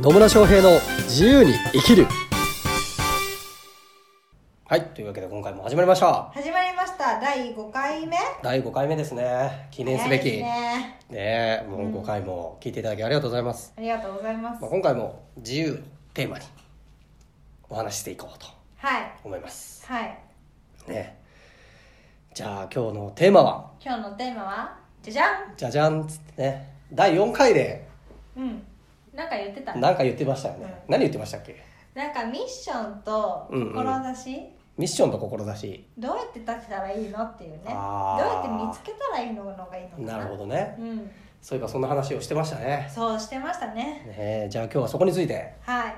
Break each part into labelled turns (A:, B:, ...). A: 野村翔平の自由に生きるはいというわけで今回も始まりました
B: 始まりました第5回目
A: 第5回目ですね記念すべき
B: 早いですね
A: ねえもう5回も聞いていただきありがとうございます、
B: ありがとうございます
A: まあ、今回も自由テーマにお話ししていこうと
B: はい
A: 思います
B: はい
A: ねじゃあ今日のテーマは
B: 今日のテーマはじゃじゃん
A: じゃじゃんっつってね第4回で
B: うんなんか言ってたな
A: 何か言ってましたよね何言ってましたっけ
B: んかミッションと
A: うんうん
B: 志、
A: ミッションと志
B: どうやって立てたらいいのっていうねどう
A: あー
B: やって見つけたらいいのがいいのかな
A: なるほどね
B: うん
A: そういえばそんな話をしてましたね
B: そうしてましたね
A: ねえじゃあ今日はそこについて
B: はい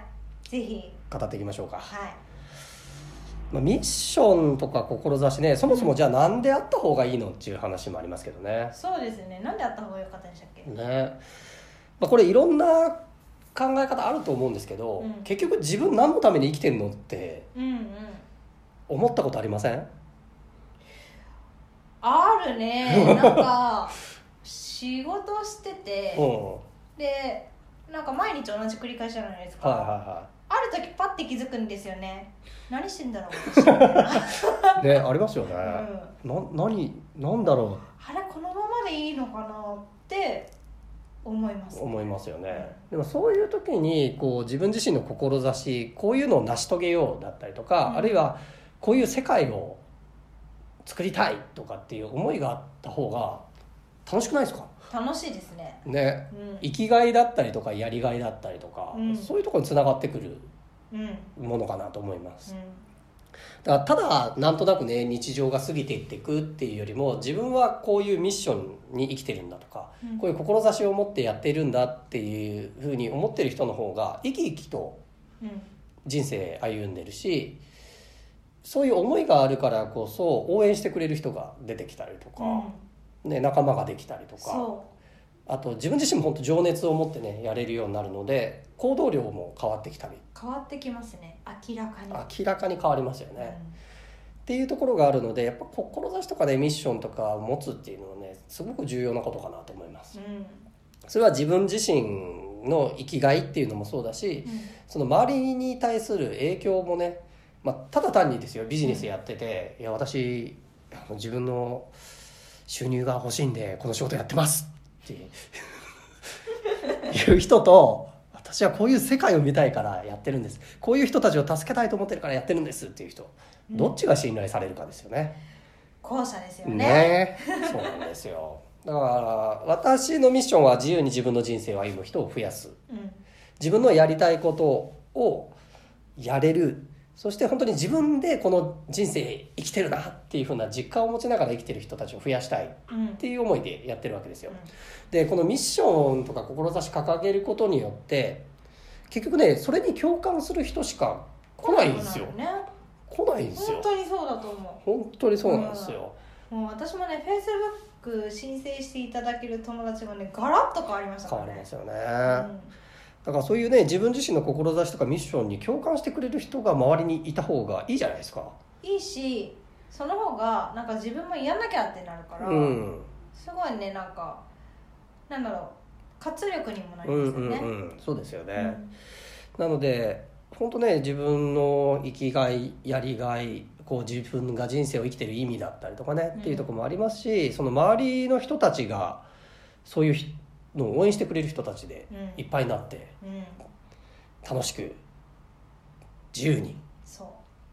B: ぜひ
A: 語っていきましょうか、
B: はい
A: まあ、ミッションとか志ねそもそもじゃあ何であった方がいいのっていう話もありますけどね
B: そうですねなんであった方が良かったんでしたっけ
A: ね、まあ、これいろんな考え方あると思うんですけど、
B: うん
A: 結局自分何のために生きてるのって
B: うんうん
A: 思ったことありません
B: あるねなん か仕事してて、
A: うんはい
B: でなんか毎日同じ繰り返しじゃないですか、
A: はいは
B: ある時パッて気づくんですよね何してんだろう私みたいな
A: いねありますよね、
B: うん
A: な何なんだろ
B: あれこのままでいいのかなって思いま
A: う
B: す、
A: と思いますよねでもそういう時にこう自分自身の志こういうのを成し遂げようだったりとか、
B: うん
A: あるいはこういう世界を作りたいとかっていう思いがあった方が楽しくないですか
B: 楽しいですね
A: ね
B: うん
A: 生きがいだったりとかやりがいだったりとか、
B: うん
A: そういうところにつながってくる
B: うんうん
A: ものかなと思います、だからただなんとなくね日常が過ぎていっていくっていうよりも自分はこういうミッションに生きてるんだとか、
B: うん
A: こういう志を持ってやってるんだっていうふうに思ってる人の方が生き生きと
B: うん
A: 人生歩んでるしそういう思いがあるからこそ応援してくれる人が出てきたりと
B: うん
A: か、ね、仲間ができたりとか。
B: そ
A: あと自分自身も本当情熱を持ってねやれるようになるので行動量も変わってきたり
B: う変わってきますね明らかに
A: 明らかに変わりますよね、っていうところがあるのでやっぱ志とかねミッションとかを持つっていうのはねすごく重要なことかなと思います
B: うんうん
A: それは自分自身の生きがいっていうのもそうだしその周りに対する影響もね、まあ、ただ単にですよビジネスやってて、いや私あの自分の収入が欲しいんでこの仕事やってますって いういう人と私はこういう世界を見たいからやってるんですこういう人たちを助けたいと思ってるからやってるんですっていう人
B: うん
A: どっちが信頼されるかですよね。
B: 後者ですよね
A: ねそうなんですよだから私のミッションは自由に自分の人生を歩む人を増やす
B: うん
A: 自分のやりたいことをやれるそして本当に自分でこの人生生きてるなっていう風な実感を持ちながら生きてる人たちを増やしたいっ
B: うん
A: ていう思いでやってるわけですよ
B: うん
A: でこのミッションとか志掲げることによって結局ねそれに共感する人しか来ないんですよ
B: ね
A: 来ないんですよ
B: 本当にそうだと思う
A: 本当にそうなんですよ、
B: もう私もねフェイスブック申請していただける友達がねガラッと変わりましたか
A: 変
B: ら
A: わ
B: ね
A: りますよね、
B: うん
A: だからそういうね自分自身の志とかミッションに共感してくれる人が周りにいた方がいいじゃないですか
B: いいしその方がなんか自分もやんなきゃってなるから、
A: うん
B: すごいねなんかなんだろう活力にもなり
A: うん
B: ま
A: う
B: す
A: ん
B: よね、
A: うんそうですよね、
B: うん
A: なので本当ね自分の生きがいやりがいこう自分が人生を生きてる意味だったりとかね、
B: うん
A: っていうところもありますしその周りの人たちがそういうひのを応援してくれる人たちで
B: うん
A: いっぱいになって
B: うん
A: 楽しく自由に
B: そう、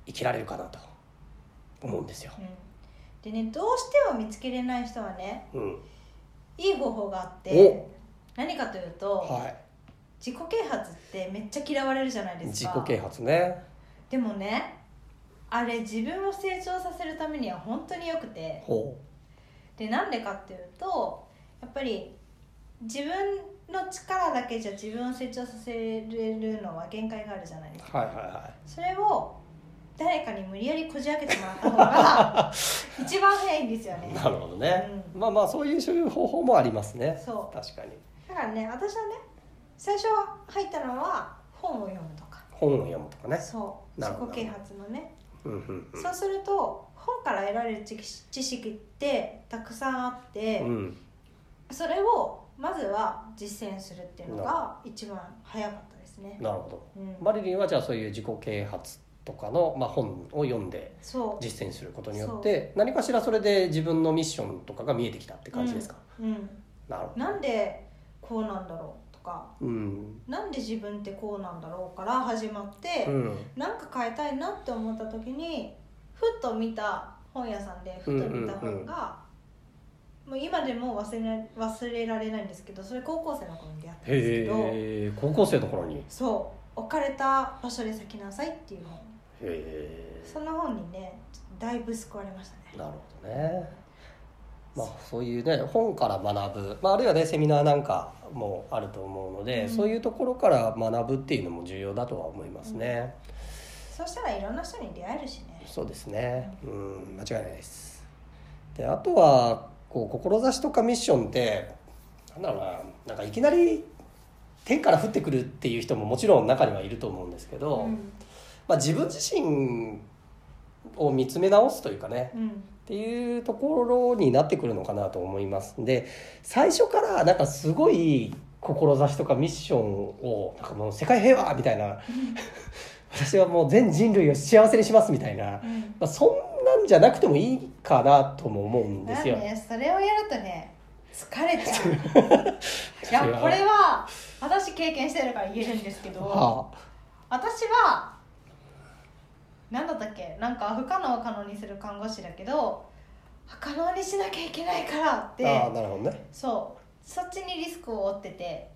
A: 生きられるかなと思うんですよ。
B: うん、でねどうしても見つけれない人はね
A: うん、
B: いい方法があって
A: お
B: 何かというと、
A: はい
B: 自己啓発ってめっちゃ嫌われるじゃないです
A: 自
B: か
A: 己啓発ね
B: でもねあれ自分を成長させるためには本当によくて
A: ほ
B: でなんでかっていうとやっぱり自分の力だけじゃ自分を成長させれるのは限界があるじゃないですか
A: うはいはいは
B: それを誰かに無理やりこじ開けてもらった 方が一番早いんですよ
A: い
B: ね
A: なるほどね、
B: う
A: まあまあそういう方法もありますね
B: そう
A: 確かに
B: だからね私はね最初入ったのは本を読むとか
A: 本を読むとかね
B: そう
A: な
B: 自
A: るほど
B: 己啓発のね
A: うんうんうん
B: そうすると本から得られる知識知識ってたくさんあって、
A: うん
B: それをまずは実践するっていうのが一番早かったですね。
A: なるほど
B: うん、
A: マリリンはじゃあそういう自己啓発とかの、まあ、本を読んで
B: そう
A: 実践することによって何かしらそれで自分のミッションとかが見えてきたって感じですか、
B: うん、
A: なるほど
B: なんでこうなんだろうとか
A: うん
B: なんで自分ってこうなんだろうから始まって、
A: うん
B: なんか変えたいなって思った時にふっと見た本屋さんでふっと見た本が、もう今でも忘れな忘れられないんですけどそれ高校生の頃に出会ったんですけど
A: へえ高校生の頃にへ
B: そう置かれた場所で咲きなさいっていう本
A: え
B: その本にねちょっとだいぶ救われましたね
A: なるほどねまあそういうね本から学ぶ、まあ、あるいはねセミナーなんかもあると思うので、
B: うん
A: そういうところから学ぶっていうのも重要だとは思いますね、
B: そうしたらいろんな人に出会えるしね
A: そうですねうん間違いないですであとはこう志とかミッションってなんだろうななんかいきなり天から降ってくるっていう人ももちろん中にはいると思うんですけど、
B: うん
A: まあ、自分自身を見つめ直すというかね
B: うん
A: っていうところになってくるのかなと思いますで最初からなんかすごい志とかミッションをなんかもう世界平和みたいな 私はもう全人類を幸せにしますみたいな、ま
B: うん
A: あ、そんなんじゃなくてもいいかなとも思うんですよ。
B: なんねそれをやるとね疲れちゃう
A: い
B: い
A: や
B: やこれは私経験してるから言えるんですけど、
A: はあ、
B: 私は何だったっけなんか不可能を可能にする看護師だけどあ可能にしなきゃいけないからっ
A: ああ
B: て
A: なるほどね。
B: そうそっちにリスクを負ってて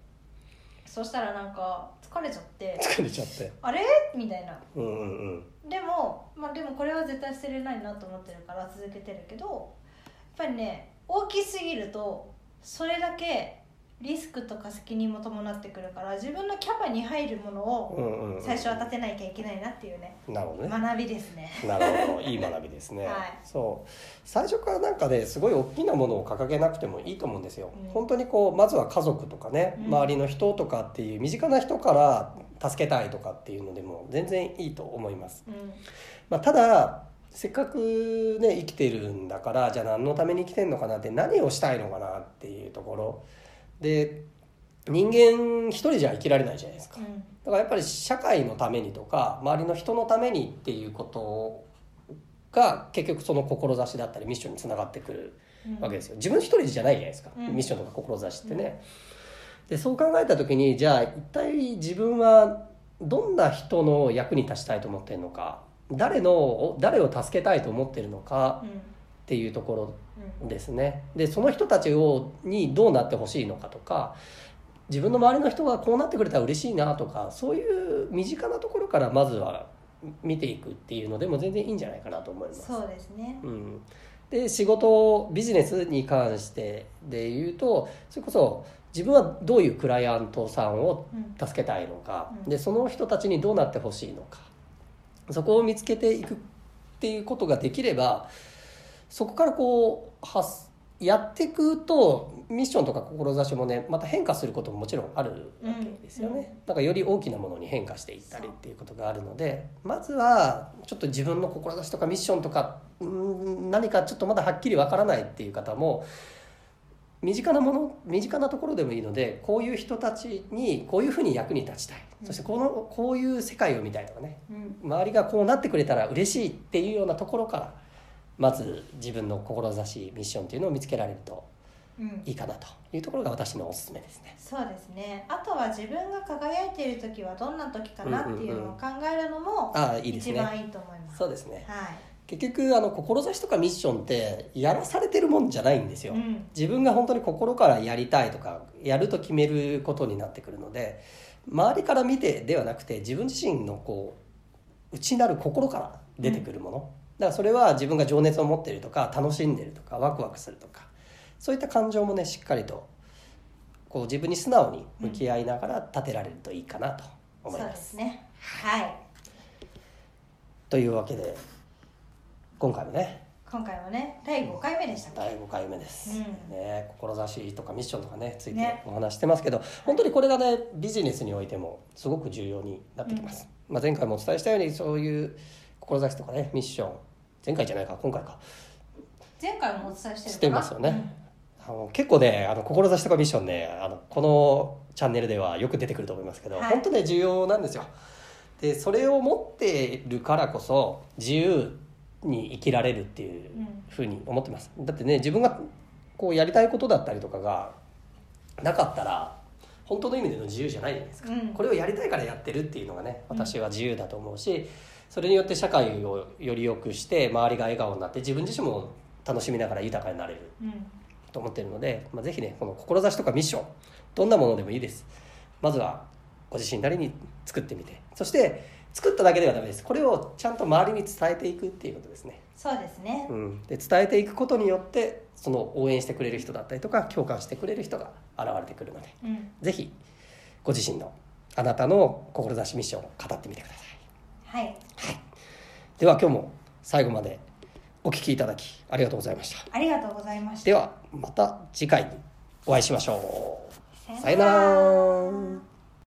B: そしたらなんか疲れちゃって
A: 疲れちゃって。
B: あれみたいな
A: うんうんうん。
B: でもまあでもこれは絶対捨てれないなと思ってるから続けてるけどやっぱりね大きすぎるとそれだけリスクとか責任も伴ってくるから自分のキャパに入るもの
A: う
B: を
A: んうんうん、
B: 最初は立てなきゃいけないなっていうね
A: なるほどね。
B: 学びですね
A: なるほど、いい学びですね。
B: はい
A: そう、最初からなんかね、すごい大きなものを掲げなくてもいいと思うんですよ。
B: うん
A: 本当にこう、まずは家族とかね、
B: うん
A: 周りの人とかっていう身近な人から助けたいとかっていうのでも全然いいと思います。
B: うん
A: まあ、ただ。せっかくね生きてるんだからじゃあ何のために生きてんのかなって何をしたいのかなっていうところで人間一人じゃ生きられないじゃないですか
B: う。ん
A: だからやっぱり社会のためにとか周りの人のためにっていうことが結局その志だったりミッションにつながってくる
B: うん
A: わけですよ自分一人じゃないじゃないですか、
B: うん
A: ミッションとか志ってね。でそう考えた時にじゃあ一体自分はどんな人の役に立ちたいと思ってるのか誰の誰を助けたいと思ってるのか
B: うん
A: っていうところ
B: うん
A: ですねでその人たちをにどうなってほしいのかとか自分の周りの人がこうなってくれたら嬉しいなとかそういう身近なところからまずは見ていくっていうのでも全然いいんじゃないかなと思います。
B: そうですね
A: うん、で仕事ビジネスに関してで言うとそれこそ自分はどういうクライアントさんを
B: うん
A: 助けたいのか、
B: うん
A: でその人たちにどうなってほしいのかそこを見つけていくっていうことができればそこからこうはすやっていくとミッションとか志もねまた変化することももちろんあるわけですよね、
B: うんうん
A: なんかより大きなものに変化していったりっていうことがあるのでまずはちょっと自分の志とかミッションとかうん何かちょっとまだはっきりわからないっていう方も身近なもの身近なところでもいいのでこういう人たちにこういうふうに役に立ちたい、
B: うん
A: そしてこのこういう世界を見たいとかね
B: うん
A: 周りがこうなってくれたら嬉しいっていうようなところからまず自分の志ミッションっていうのを見つけられると
B: うん
A: いいかなというところが私のおすすめですね。
B: そうですねあとは自分が輝いている時はどんな時かなっていうのを考えるのも
A: ああいいです
B: 一
A: ね。
B: 番いいと思います
A: そうですね。
B: は
A: 結局あの志とかミッションってやらされてるもんじゃないんです
B: い
A: よ。
B: うん
A: 自分が本当に心からやりたいとかやると決めることになってくるので周りから見てではなくて自分自身のこう内なる心から出てくるもの、だからそれは自分が情熱を持っているとか楽しんでるとかワクワクするとかそういった感情もねしっかりとこう自分に素直に向き合いながら立てられるといいかなと
B: そ
A: 思
B: う
A: いま。
B: ですすねはい
A: というわけで今回もね
B: 今回はね第5回目でしたっけ
A: 第5回目です、
B: うん
A: ね志とかミッションとかねついて
B: ね
A: お話してますけど、本当にこれがねビジネスにおいてもすごく重要になってきます、まあ、前回もお伝えしたようにそういう志とかねミッション前回じゃないか今回か
B: 前回もお伝えしてるかな
A: してますよね、あの結構ねあの志とかミッションねあのこのチャンネルではよく出てくると思いますけど、
B: はい
A: 本当ね重要なんですよでそれを持ってるからこそ自由に生きられるっていうふうに思ってますだってね自分がこうやりたいことだったりとかがなかったら本当の意味での自由じゃないじゃないですか、
B: うん
A: これをやりたいからやってるっていうのがね
B: うん
A: 私は自由だと思うし、それによって社会をより良くして周りが笑顔になって自分自身も楽しみながら豊かになれる
B: うん
A: と思ってるので、まあ、ぜひねこの志とかミッションどんなものでもいいですまずはご自身なりに作ってみてそして作っただけではダメですこれをちゃんと周りに伝えていくっていうことですね、
B: そうですね
A: うん、で伝えていくことによってその応援してくれる人だったりとか共感してくれる人が現れてくるので
B: うん
A: ぜひご自身のあなたの志ミッションを語ってみてください
B: はい
A: では今日も最後までお聞きいただきありがとうございました
B: ありがとうございました
A: ではまた次回にお会いしましょう
B: さよ
A: さよなら